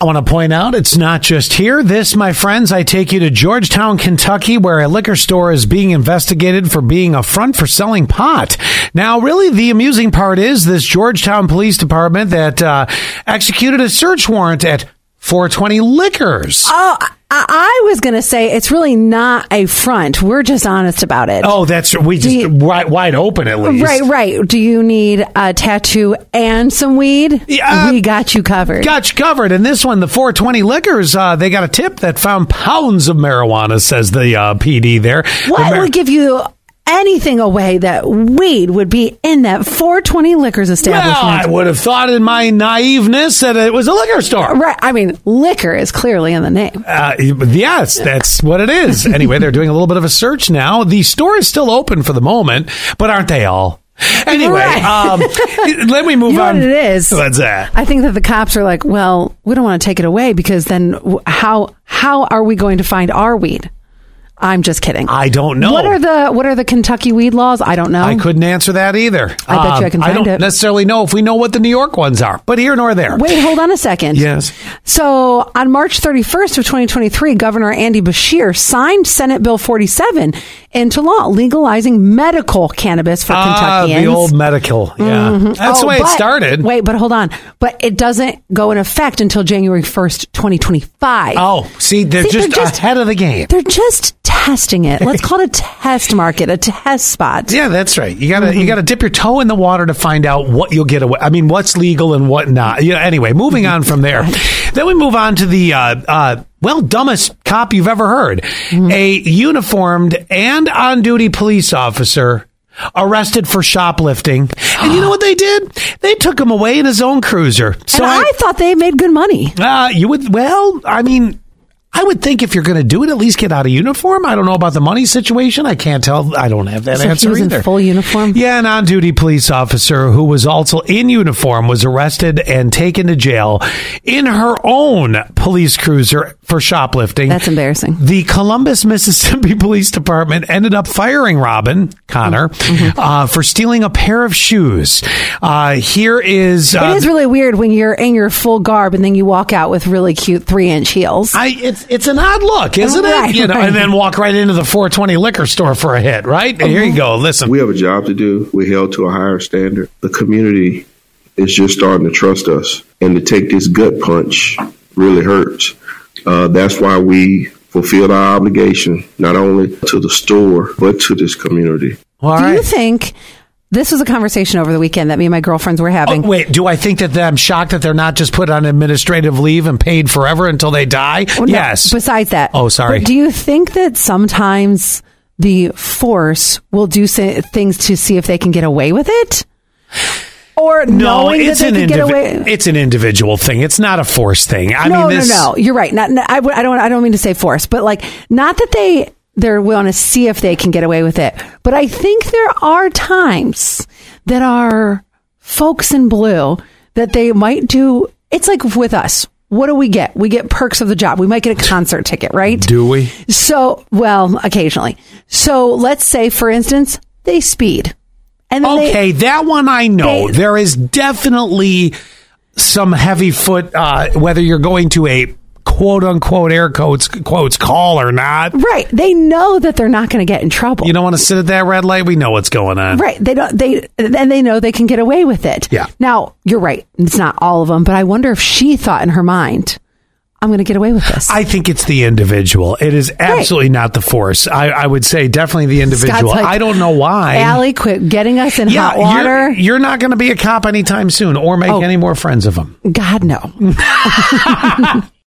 I want to point out it's not just here. This, my friends, I take you to Georgetown, Kentucky, where a liquor store is being investigated for being a front for selling pot. Now, really, the amusing part is this Georgetown Police Department that uh, executed a search warrant at 420 Liquors. Oh, I, I was going to say it's really not a front. We're just honest about it. Oh, that's we just you- wide, wide open at least. Right, right. Do you need a tattoo and some weed? Yeah, uh, we got you covered. Got you covered. And this one, the 420 Liquors, uh, they got a tip that found pounds of marijuana, says the uh, PD there. what Remar- would give you anything away that weed would be in that 420 liquors well, I establishment? would have thought in my naiveness that it was a liquor store. right. I mean, liquor is clearly in the name. Uh, yes, that's what it is. Anyway, they're doing a little bit of a search now. The store is still open for the moment, but aren't they all? Anyway, Right. um, let me move You know on. what it is? What's that? I think that the cops are like, well, we don't want to take it away because then w- how how are we going to find our weed? I'm just kidding. I don't know. What are the what are the Kentucky weed laws? I don't know. I couldn't answer that either. Um, I bet you I can I find don't it. necessarily know if we know what the New York ones are, but here nor there. Wait, hold on a second. Yes. So on March 31st of 2023, Governor Andy Bashir signed Senate Bill 47 into law, legalizing medical cannabis for Ah, Kentuckians. the old medical. Yeah. That's the Oh, way it but- started. Wait, but hold on. But it doesn't go in effect until January 1st, 2025. Oh, see, they're, See, just, ahead of the game. They're just testing it. Let's call it a test market, a test spot. Yeah, that's right. You gotta Mm-hmm. you gotta dip your toe in the water to find out what you'll get away. I mean, what's legal and what not. You know, anyway, moving on from there. Then we move on to the uh, uh, well dumbest cop you've ever heard. Mm-hmm. A uniformed and on duty police officer arrested for shoplifting. And you know what they did? They took him away in his own cruiser. So and I, I- thought they made good money. Uh, you would, well, I mean, I would think if you're going to do it, at least get out of uniform. I don't know about the money situation. I can't tell. I don't have that So he answer was in either. full uniform? Yeah, an on duty police officer who was also in uniform was arrested and taken to jail in her own police cruiser for shoplifting. That's embarrassing. The Columbus, Mississippi Police Department ended up firing Robin Connor Mm-hmm. uh, for stealing a pair of shoes. Uh, here is. Uh, It is really weird when you're in your full garb and then you walk out with really cute three inch heels. I it's it's an odd look, isn't Right, it? You know, right. and then walk right into the 420 liquor store for a hit, right? Here you go. Listen, We have a job to do. We're held to a higher standard. The community is just starting to trust us, and to take this gut punch really hurts. Uh, that's why we fulfilled our obligation, not only to the store, but to this community. all Do right. you think this was a conversation over the weekend that me and my girlfriends were Oh, having? wait, do I think that I'm shocked that they're not just put on administrative leave and paid forever until they die? Well, Oh, no, yes. Besides that. Oh, sorry. But do you think that sometimes the force will do sa- things to see if they can get away with it? Or no, knowing it's that an they can get indivi- away. it's an individual thing. It's not a force thing. I no, mean, this, no, no. You're right. Not, not I, w- I don't. I don't mean to say force, but like not that they they want to see if they can get away with it. But I think there are times that are folks in blue that they might do. It's like with us. What do we get? We get perks of the job. We might get a concert ticket, right? Do we? So, well, occasionally. So let's say, for instance, they speed. And then they- Okay, that one I know. they- there is definitely some heavy foot, uh, whether you're going to a quote unquote air quotes, quotes call or not. right. They know that they're not going to get in trouble. You don't want to sit at that red light. We know what's going on. Right. They don't. They then they know they can get away with it. Yeah. Now you're right. It's not all of them, but I wonder if she thought in her mind, "I'm going to get away with this." I think it's the individual. It is absolutely not the force. I, I would say definitely the individual. Scott's like, I don't know why. Allie, quit getting us in yeah, hot water. Oh. You're, you're not going to be a cop anytime soon or make any more friends of them. God no.